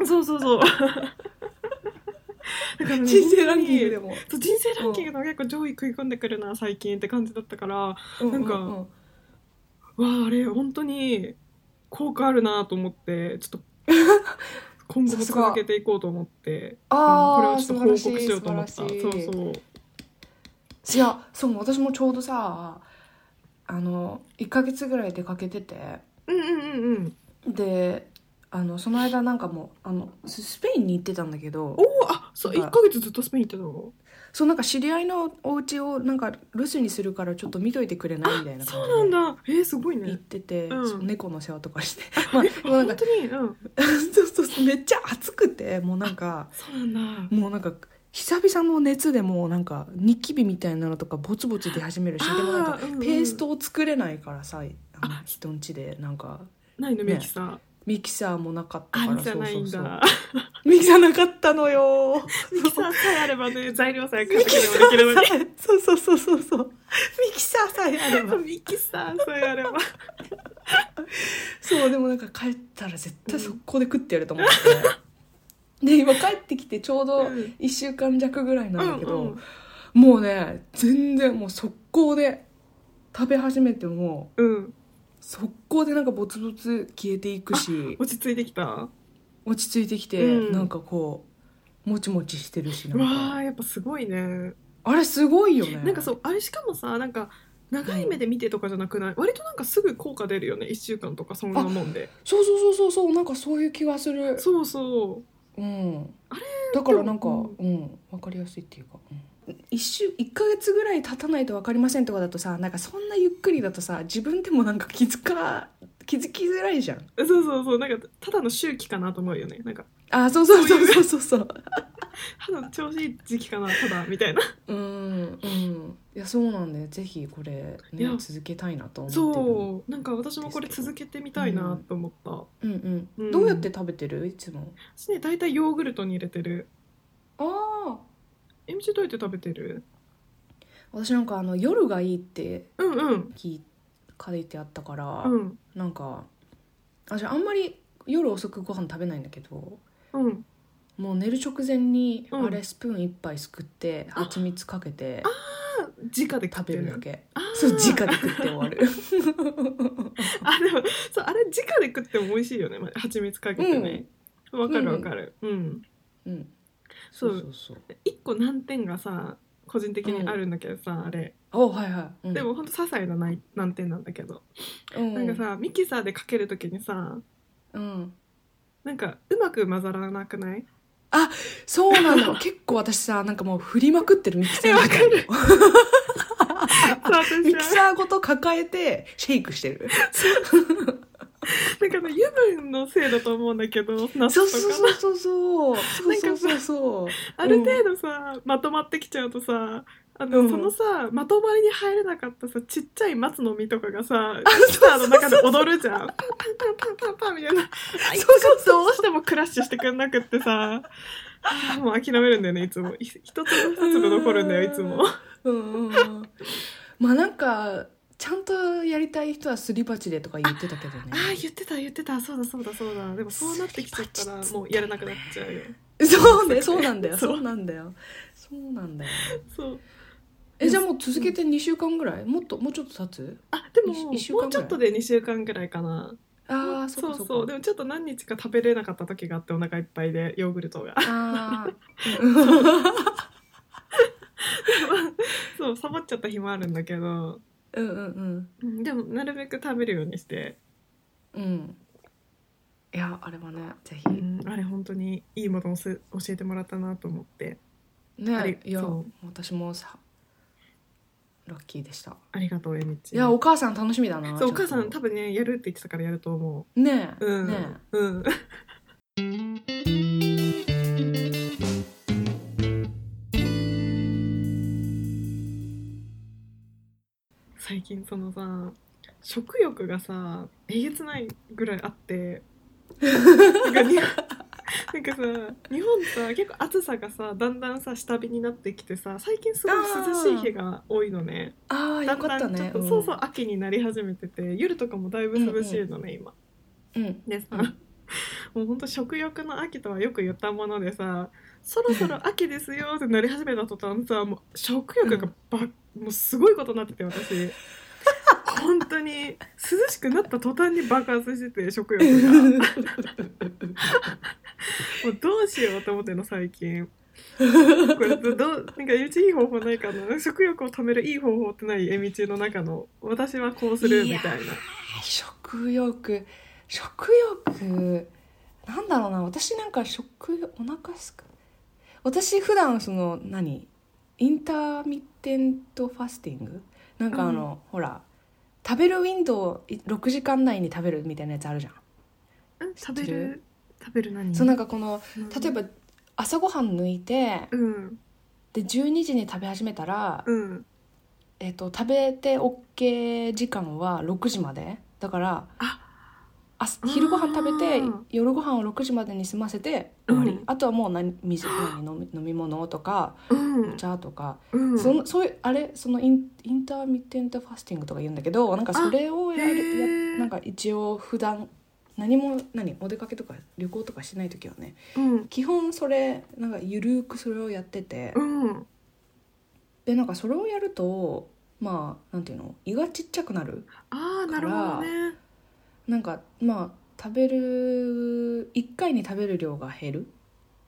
[SPEAKER 3] そうそうそうだからね
[SPEAKER 4] 人生ランキングでも
[SPEAKER 3] そう人生ランキングの結構上位食い込んでくるな最近って感じだったからなんか
[SPEAKER 4] うう
[SPEAKER 3] わああれ本当に効果あるなと思っ てちょっと今後も続けていこうと思って、うんこれ
[SPEAKER 4] あ
[SPEAKER 3] を
[SPEAKER 4] あ
[SPEAKER 3] ち
[SPEAKER 4] 素
[SPEAKER 3] ょ
[SPEAKER 4] 晴
[SPEAKER 3] っと報
[SPEAKER 4] ら
[SPEAKER 3] 告
[SPEAKER 4] しい
[SPEAKER 3] しようと思った
[SPEAKER 4] 素
[SPEAKER 3] そう
[SPEAKER 4] 晴らしい
[SPEAKER 3] そう
[SPEAKER 4] いやそう私もちょうどさあの1ヶ月ぐらい出かけてて
[SPEAKER 3] うんうんうんうん
[SPEAKER 4] であのその間なんかもうあのススペインに行ってたんだけど
[SPEAKER 3] おおあそう
[SPEAKER 4] なん
[SPEAKER 3] 1
[SPEAKER 4] か
[SPEAKER 3] ヶ月ずっとスペイン行ってたの
[SPEAKER 4] そうなんか知り合いのお家をなんか留守にするからちょっと見といてくれないみたいな感
[SPEAKER 3] そう
[SPEAKER 4] じで
[SPEAKER 3] なんだえー、すごい
[SPEAKER 4] 行っ
[SPEAKER 3] ね
[SPEAKER 4] てて、
[SPEAKER 3] うん
[SPEAKER 4] そう猫の世話とかして まあでもなん
[SPEAKER 3] 本
[SPEAKER 4] か
[SPEAKER 3] 当にうん
[SPEAKER 4] そうそうそうめっちゃ暑くてもうなんか
[SPEAKER 3] そうなんだ
[SPEAKER 4] もうなんか久々の熱でもうなんかニキビみたいなのとかボツボツ出始めるし
[SPEAKER 3] あー
[SPEAKER 4] でもなんか
[SPEAKER 3] うんうん
[SPEAKER 4] ペーストを作れないからさ、あの
[SPEAKER 3] あ
[SPEAKER 4] 人んちでなんか
[SPEAKER 3] ないのミキサー、
[SPEAKER 4] ミキサーもなかった
[SPEAKER 3] あ
[SPEAKER 4] から
[SPEAKER 3] ミキサーないん
[SPEAKER 4] そうそう
[SPEAKER 3] だ
[SPEAKER 4] そうミキサーなかったのよ
[SPEAKER 3] ミキサーさえあればね材料さえ買ってくればできるのに
[SPEAKER 4] そうそうそうそうそうミキサーさえあれば
[SPEAKER 3] ミキサーさえあれば
[SPEAKER 4] そうでもなんか帰ったら絶対速攻で食ってやると思って、で今帰ってきてちょうど
[SPEAKER 3] うん
[SPEAKER 4] 1週間弱ぐらいなんだけど、
[SPEAKER 3] うん
[SPEAKER 4] もうね全然もう速攻で食べ始めても
[SPEAKER 3] うん
[SPEAKER 4] 速攻でなんかボツボツ消えていくし
[SPEAKER 3] 落ち着いてきたわ
[SPEAKER 4] 落ち着いてきて、
[SPEAKER 3] うん
[SPEAKER 4] なんかこうもちもちしてるしなんか
[SPEAKER 3] あやっぱすごいね
[SPEAKER 4] あれすごいよね
[SPEAKER 3] なんかそうあれしかもさなんか長い目で見てとかじゃなくない、割となんかすぐ効果出るよね1週間とかそんなもんで
[SPEAKER 4] そうそうそうそうそうなんかそういう気がする
[SPEAKER 3] そうそう
[SPEAKER 4] うん
[SPEAKER 3] あれ
[SPEAKER 4] だからなんか
[SPEAKER 3] で
[SPEAKER 4] う
[SPEAKER 3] も
[SPEAKER 4] んわかりやすいっていうか、うん、一週一ヶ月ぐらい経たないとわかりませんとかだとさなんかそんなゆっくりだとさ自分でもなんか気づか気づきづらいじゃん
[SPEAKER 3] そうそうそうなんかただの周期かなと思うよねなんか
[SPEAKER 4] あそうそうそうそうそうそう
[SPEAKER 3] 肌の調子いい時期かなただみたいな
[SPEAKER 4] うんうんいやそうなんでぜひこれ、
[SPEAKER 3] い
[SPEAKER 4] ね
[SPEAKER 3] や、
[SPEAKER 4] 続けたいなと思ってる
[SPEAKER 3] そうなんか私もこれ続けてみたいなと思った、
[SPEAKER 4] う、んうん
[SPEAKER 3] うん
[SPEAKER 4] どうやって食べてるいつも
[SPEAKER 3] 私ね大体ヨーグルトに入れてる
[SPEAKER 4] ああ
[SPEAKER 3] えみちどうやって食べてる
[SPEAKER 4] 私なんかあの夜がいいって
[SPEAKER 3] うんうん
[SPEAKER 4] 聞い書いてあったから、
[SPEAKER 3] うん
[SPEAKER 4] なんか私あんまり夜遅くご飯食べないんだけど
[SPEAKER 3] うん
[SPEAKER 4] もう寝る直前に
[SPEAKER 3] うん
[SPEAKER 4] あれスプーン一杯すくって
[SPEAKER 3] あ
[SPEAKER 4] 蜂蜜かけて
[SPEAKER 3] あ直で食っ
[SPEAKER 4] 食
[SPEAKER 3] て
[SPEAKER 4] べ
[SPEAKER 3] る
[SPEAKER 4] るだけ
[SPEAKER 3] あー
[SPEAKER 4] そう直で食って終わる
[SPEAKER 3] あでもそうあれ直で食っても美味しいよねま蜂蜜かけてねわ、かるわかるうん
[SPEAKER 4] うん
[SPEAKER 3] そ
[SPEAKER 4] そううそうそう
[SPEAKER 3] 一個難点がさ個人的にあるんだけどさ、あれ
[SPEAKER 4] おはいはい、うん、
[SPEAKER 3] でもほんと些細なない難点なんだけど、
[SPEAKER 4] うん
[SPEAKER 3] なんかさミキサーでかける時にさ
[SPEAKER 4] うん
[SPEAKER 3] なんかうまく混ざらな くない
[SPEAKER 4] そうなの結構私さなんかもう振りまくってるミキサーみたいな
[SPEAKER 3] そう私
[SPEAKER 4] ミキ
[SPEAKER 3] は
[SPEAKER 4] サーごと抱えてシェイクしてる
[SPEAKER 3] なんかね油分のせいだと思うんだけどナ
[SPEAKER 4] そう
[SPEAKER 3] ス
[SPEAKER 4] そ
[SPEAKER 3] と
[SPEAKER 4] うそうそうそう
[SPEAKER 3] かの
[SPEAKER 4] そう
[SPEAKER 3] なん
[SPEAKER 4] そう
[SPEAKER 3] かさ
[SPEAKER 4] そうそう
[SPEAKER 3] ある程度さ、まとまってきちゃうとさあの、
[SPEAKER 4] うん
[SPEAKER 3] そのさまとまりに入れなかったさちっちゃい松の実とかがさミキサーの中で踊るじゃんパンパンパンパンパンパンみたい
[SPEAKER 4] そ
[SPEAKER 3] な
[SPEAKER 4] うそうそう
[SPEAKER 3] どうしてもクラッシュしてくんなくってさ あーもう諦めるんだよねいつもい一粒二粒残るんだよいつも
[SPEAKER 4] うんうんうんまあなんかちゃんとやりたい人はすり鉢でとか言ってたけどね
[SPEAKER 3] ああ言ってた言ってたそうだそうだそうだでもそうなってきちゃったらもうやれなくなっちゃうよ
[SPEAKER 4] そうねそうなんだよ
[SPEAKER 3] そう
[SPEAKER 4] そうなんだよそうなんだよ
[SPEAKER 3] そう
[SPEAKER 4] えじゃあもう続けて2週間ぐらいもっともうちょっと経つ
[SPEAKER 3] あでも
[SPEAKER 4] 一
[SPEAKER 3] もう
[SPEAKER 4] 一週
[SPEAKER 3] ち
[SPEAKER 4] 間ぐらい
[SPEAKER 3] ょっとで2週間ぐらいかな
[SPEAKER 4] ああそ
[SPEAKER 3] そうう
[SPEAKER 4] かそ
[SPEAKER 3] そうう
[SPEAKER 4] か
[SPEAKER 3] でもちょっと何日か食べれなかった時があってお腹いっぱいでヨーグルトが
[SPEAKER 2] あ
[SPEAKER 3] そうサボっちゃった日もあるんだけど
[SPEAKER 4] うんうんうん
[SPEAKER 3] うんでもなるべく食べるようにして、
[SPEAKER 4] うんいやあれはねぜ
[SPEAKER 3] う
[SPEAKER 4] ひ
[SPEAKER 3] んあれ本当にいいものをせ教えてもらったなと思ってあり
[SPEAKER 4] ねいや
[SPEAKER 3] そう
[SPEAKER 4] 私もさラッキーでした
[SPEAKER 3] ありがとうえみち
[SPEAKER 4] いやお母さん楽しみだな
[SPEAKER 3] そうお
[SPEAKER 4] ちょっ
[SPEAKER 3] 母
[SPEAKER 4] と
[SPEAKER 3] さん多分ねやるって言ってたからやると思
[SPEAKER 4] ねえ
[SPEAKER 3] ううん、
[SPEAKER 4] ねえ
[SPEAKER 3] うん最近そのさ食欲がさえげつないぐらいあってなん かになんかさ日本さ結構暑さがさだんだんさ下火になってきてさ最近すごい涼しい日が多いのね
[SPEAKER 4] ああ
[SPEAKER 3] だ
[SPEAKER 4] よ
[SPEAKER 3] ん
[SPEAKER 4] かっ
[SPEAKER 3] だ
[SPEAKER 4] た
[SPEAKER 3] んちょ
[SPEAKER 4] ね
[SPEAKER 3] っと、そうそう秋になり始めてて夜とかもだいぶ涼しいのね、今
[SPEAKER 4] うんうん
[SPEAKER 3] でさ、
[SPEAKER 4] うん
[SPEAKER 3] もうほんと食欲の秋とはよく言ったものでさそろそろ秋ですよってなり始めた途端さもう食欲がば、もうすごいことになって て私本当に涼しくなった途端に爆発してて食欲 がもうどうしようと思ってんの 最近これどうなんかうちいい方法ないかな食欲を止めるいい方法ってないえみちの中の私はこうするみたいな
[SPEAKER 4] 食欲食欲なんだろうな私なんか食欲お腹すく私普段その何インターミッテントファスティングなんかあの、ほら食べるウィンドウい6時間内に食べるみたいなやつあるじゃん、
[SPEAKER 3] うん
[SPEAKER 4] 知
[SPEAKER 3] 食べ
[SPEAKER 4] ってる
[SPEAKER 3] る食べる何
[SPEAKER 4] そうなんかこの
[SPEAKER 3] うん
[SPEAKER 4] 例えば朝ごはん抜いて
[SPEAKER 3] うん
[SPEAKER 4] で12時に食べ始めたら、
[SPEAKER 3] うん
[SPEAKER 4] えっと食べて OK 時間は6時までだから
[SPEAKER 3] あ
[SPEAKER 4] あ昼ご飯食べて
[SPEAKER 3] あー
[SPEAKER 4] 夜ご飯を6時までに済ませて
[SPEAKER 3] うん
[SPEAKER 4] 終わり、あとはもう何水何飲み飲み物とか
[SPEAKER 3] うん
[SPEAKER 4] 茶とか、
[SPEAKER 3] うん
[SPEAKER 4] そのそういうあれそのインインターミッテントファスティングとか言うんだけどなんかそれをや
[SPEAKER 3] あへ
[SPEAKER 4] るや
[SPEAKER 3] ー
[SPEAKER 4] なんか一応普段何も何お出かけとか旅行とかしない時はね
[SPEAKER 3] うん
[SPEAKER 4] 基本それなんかゆるーくそれをやってて。
[SPEAKER 3] うん
[SPEAKER 4] でなんかそれをやるとまあなんていうの胃がちっちゃくなる
[SPEAKER 3] ああなるほどね
[SPEAKER 4] なんかまあ食べる1回に食べる量が減る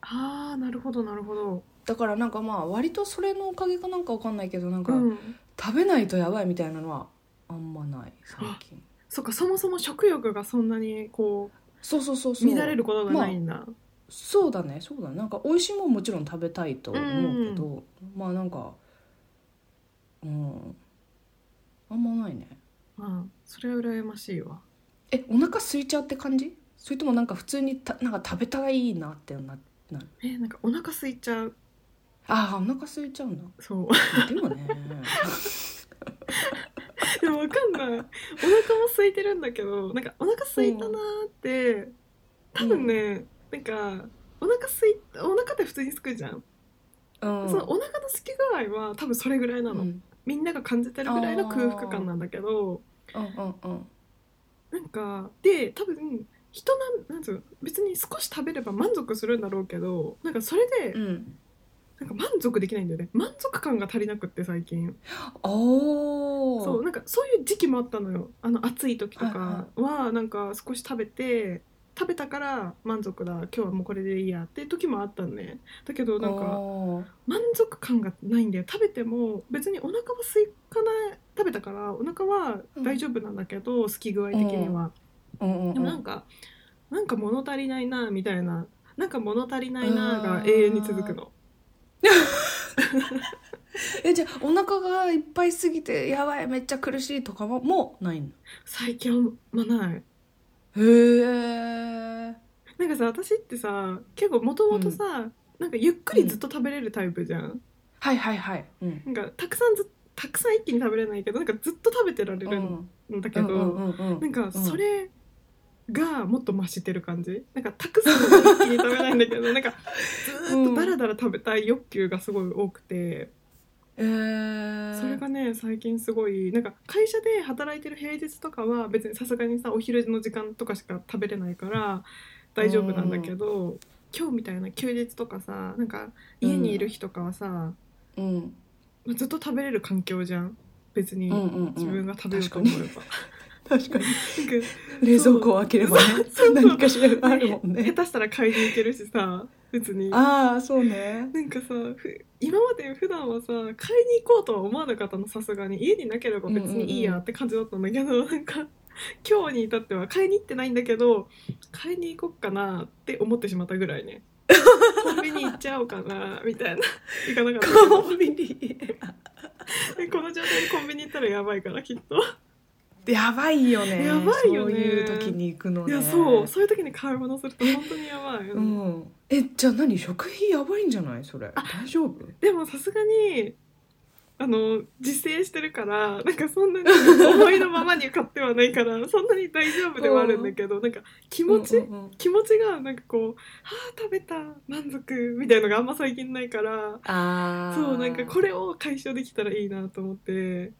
[SPEAKER 3] ああなるほどなるほど
[SPEAKER 4] だからなんかまあ割とそれのおかげかなんかわかんないけどなんか
[SPEAKER 3] うん
[SPEAKER 4] 食べないとやばいみたいなのはあんまない最近
[SPEAKER 3] そっかそもそも食欲がそんなにこ
[SPEAKER 4] そうそうそう
[SPEAKER 3] う
[SPEAKER 4] そう
[SPEAKER 3] 乱れることがないんだ
[SPEAKER 4] そうだねそうだねなんか美味しいもんもちろん食べたいと思うけど、まあなんかうんあんまないね
[SPEAKER 3] うんそれは羨ましいわ
[SPEAKER 4] えお腹空いちゃうって感じそれともなんか普通にたなんか食べたいなってななる
[SPEAKER 3] えなんかお腹空いちゃう
[SPEAKER 4] ああお腹空いちゃうんだ
[SPEAKER 3] そう
[SPEAKER 4] でもね
[SPEAKER 3] でもわかんないお腹も空いてるんだけどなんかお腹空いたなーって多分ねなんかお腹空いお腹って普通にすくじゃん
[SPEAKER 4] うん
[SPEAKER 3] そのお腹の空き具合は多分それぐらいな
[SPEAKER 4] う
[SPEAKER 3] の
[SPEAKER 4] ん
[SPEAKER 3] みんなが感じてるぐらいの空腹感なんだけど
[SPEAKER 4] うんうんうん
[SPEAKER 3] なんかで多分人なんなんつうの別に少し食べれば満足するんだろうけどなんかそれで
[SPEAKER 4] うん
[SPEAKER 3] なんか満足できないんだよね満足感が足りなくって最近
[SPEAKER 4] おー
[SPEAKER 3] そうなんかそういう時期もあったのよあの暑い時とかはなんか少し食べて食べたから満足だ今日はもうこれでいいやって時もあったのねだけどなんか
[SPEAKER 4] おー
[SPEAKER 3] 満足感がないんだよ食べても別にお腹は空かない食べたからお腹は大丈夫なんだけど、好き具合的には、
[SPEAKER 4] うんうん
[SPEAKER 3] でもなんかなんか物足りないなみたいななんか物足りないなが永遠に続くの
[SPEAKER 4] えじゃあお腹がいっぱいすぎてやばいめっちゃ苦しいとかはもうないの
[SPEAKER 3] 最近はまない
[SPEAKER 4] へえ
[SPEAKER 3] なんかさ私ってさ結構もともとさ、なんかゆっくりずっと食べれるタイプじゃん、
[SPEAKER 4] はいはいはいうん
[SPEAKER 3] なんかたくさんずたくさん一気に食べれないけどなんかずっと食べてられ
[SPEAKER 4] う
[SPEAKER 3] るん
[SPEAKER 4] ん
[SPEAKER 3] だけど、
[SPEAKER 4] うんうんうん
[SPEAKER 3] なんかそれがもっと増してる感じなんかたくさんは一気に食べないんだけどなんかずーっとだらだら食べたい欲求がすごい多くて、
[SPEAKER 4] えー
[SPEAKER 3] それがね最近すごいなんか会社で働いてる平日とかは別にさすがにさお昼の時間とかしか食べれないから大丈夫なんだけど、今日みたいな休日とかさなんか家にいる日とかはさ、
[SPEAKER 4] うん
[SPEAKER 3] まあ、ずっと食べれる環境じゃん別に
[SPEAKER 4] うんうんうん
[SPEAKER 3] 自分が食べようと思えば、
[SPEAKER 4] 確かに
[SPEAKER 3] なんか
[SPEAKER 4] 冷蔵庫を開ければね
[SPEAKER 3] そう
[SPEAKER 4] 何かしらがあるもん
[SPEAKER 3] 下
[SPEAKER 4] ね
[SPEAKER 3] 手したら買いに行けるしさ別にな
[SPEAKER 4] ああそうね
[SPEAKER 3] んかさふ今まで普段はさ買いに行こうとは思わなかったのさすがに家になければ別にいいやって感じだったんだけど、 なんか今日に至っては買いに行ってないんだけど買いに行こっかなって思ってしまったぐらいねコンビニ行っちゃおうかなみたいな行かなかったけ ど
[SPEAKER 4] コンビニ
[SPEAKER 3] でこの状態でコンビニ行ったらやばいからきっと
[SPEAKER 4] やばいよね
[SPEAKER 3] やばいよ
[SPEAKER 4] そう
[SPEAKER 3] ね
[SPEAKER 4] いう時に行くの
[SPEAKER 3] い
[SPEAKER 4] ね
[SPEAKER 3] やそうそういう時に買い物すると本当にやばい、
[SPEAKER 4] うんえじゃあ何食費やばいんじゃないそれ大丈夫
[SPEAKER 3] でもさすがにあの自制してるからなんかそんなに思いのままに買ってはないからそんなに大丈夫ではあるんだけどなんか気持ち、
[SPEAKER 4] うんうんうん
[SPEAKER 3] 気持ちがなんかこう「はあ食べた満足」みたいのがあんま最近ないから
[SPEAKER 4] ああ
[SPEAKER 3] そうなんかこれを解消できたらいいなと思って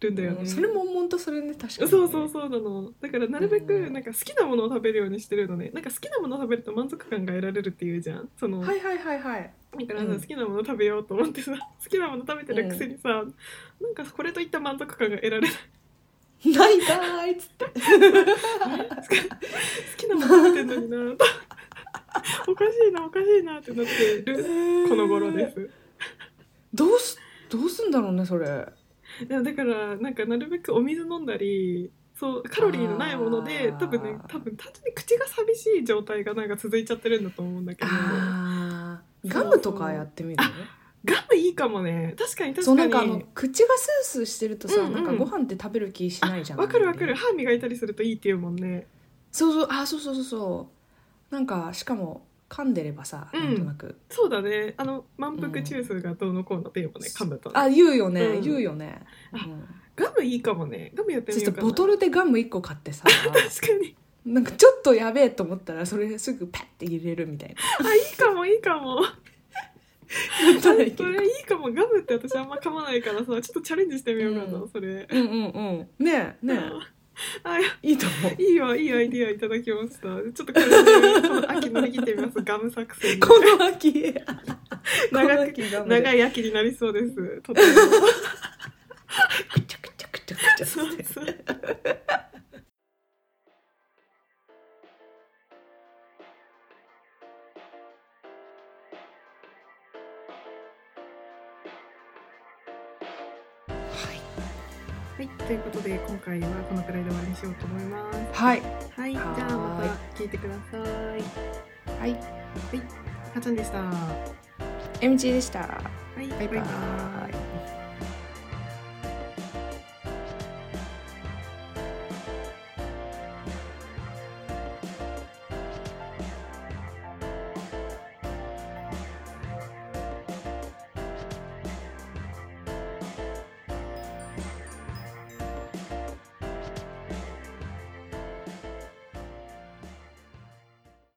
[SPEAKER 3] るんだよね。
[SPEAKER 4] それ悶々とするね確かに
[SPEAKER 3] そうそうそうなのだからなるべ
[SPEAKER 4] う
[SPEAKER 3] く
[SPEAKER 4] ん
[SPEAKER 3] なんか好きなものを食べるようにしてるのねなんか好きなものを食べると満足感が得られるっていうじゃんその、
[SPEAKER 4] はいはいはいはい
[SPEAKER 3] だから
[SPEAKER 4] う
[SPEAKER 3] さ
[SPEAKER 4] ん
[SPEAKER 3] 好きなもの食べようと思ってさ 好きなもの食べてるくせにさ、なんかこれといった満足感が得られない
[SPEAKER 4] ないかーいっつって
[SPEAKER 3] 好きなもの食べてんのになと おかしいなおかしいなってなってる この頃です
[SPEAKER 4] どうすどうすんだろうねそれ
[SPEAKER 3] でもだからなんかなるべくお水飲んだりそうカロリーのないもので
[SPEAKER 4] あー
[SPEAKER 3] 多分ね多分単純に口が寂しい状態がなんか続いちゃってるんだと思うんだけど
[SPEAKER 4] あーガムとかやってみる
[SPEAKER 3] ガムいいかもね確かに
[SPEAKER 4] そう
[SPEAKER 3] 確
[SPEAKER 4] なん
[SPEAKER 3] かに
[SPEAKER 4] かあの口がスースーしてるとさ、
[SPEAKER 3] うんうん
[SPEAKER 4] なんかご飯って食べる気しないじゃん
[SPEAKER 3] わかるわかる歯磨いたりするといいっていうもんね
[SPEAKER 4] そうそうあそうそうそうそうなんかしかも噛んでればさ、
[SPEAKER 3] うん
[SPEAKER 4] なんとなく
[SPEAKER 3] そうだねあの満腹中枢がどうのこうのっていうもんね噛むとね
[SPEAKER 4] あ言うよね、
[SPEAKER 3] うん
[SPEAKER 4] 言うよね、う
[SPEAKER 3] あ
[SPEAKER 4] ん、
[SPEAKER 3] ガムいいかもね。ガムやって
[SPEAKER 4] そ
[SPEAKER 3] み
[SPEAKER 4] し
[SPEAKER 3] よ
[SPEAKER 4] て
[SPEAKER 3] うかな。
[SPEAKER 4] ボトルでガム1個買ってさ
[SPEAKER 3] 確かに。
[SPEAKER 4] なんかちょっとやべえと思ったらそれすぐパッて入れるみたい
[SPEAKER 3] あ、いいかも、いいかも。
[SPEAKER 4] なやったらいけ
[SPEAKER 3] そ
[SPEAKER 4] る
[SPEAKER 3] れいいかも。ガムって私あんま噛まないからさ、ちょっとチャレンジしてみようかな、
[SPEAKER 4] うん
[SPEAKER 3] それ。
[SPEAKER 4] うんうんうんねえね
[SPEAKER 3] あ、い
[SPEAKER 4] えいいと思う
[SPEAKER 3] いわ、いいアイディアいただきました。ちょっとこれで、この秋乗り切ってみます。ガム作戦。
[SPEAKER 4] この 秋
[SPEAKER 3] 長く、
[SPEAKER 4] きガムで
[SPEAKER 3] 長い秋になりそうです。とても。
[SPEAKER 4] くちゃくちゃくちゃくちゃ
[SPEAKER 3] そうそう。はい、ということで今回はこのくらいで終わりにしようと思います。
[SPEAKER 4] はい
[SPEAKER 3] はい、じゃあまた聞いてください。
[SPEAKER 4] はい
[SPEAKER 3] かーちゃんでした。は
[SPEAKER 4] エムチでした
[SPEAKER 3] い、
[SPEAKER 4] バイバ
[SPEAKER 3] バイバーイ
[SPEAKER 4] イ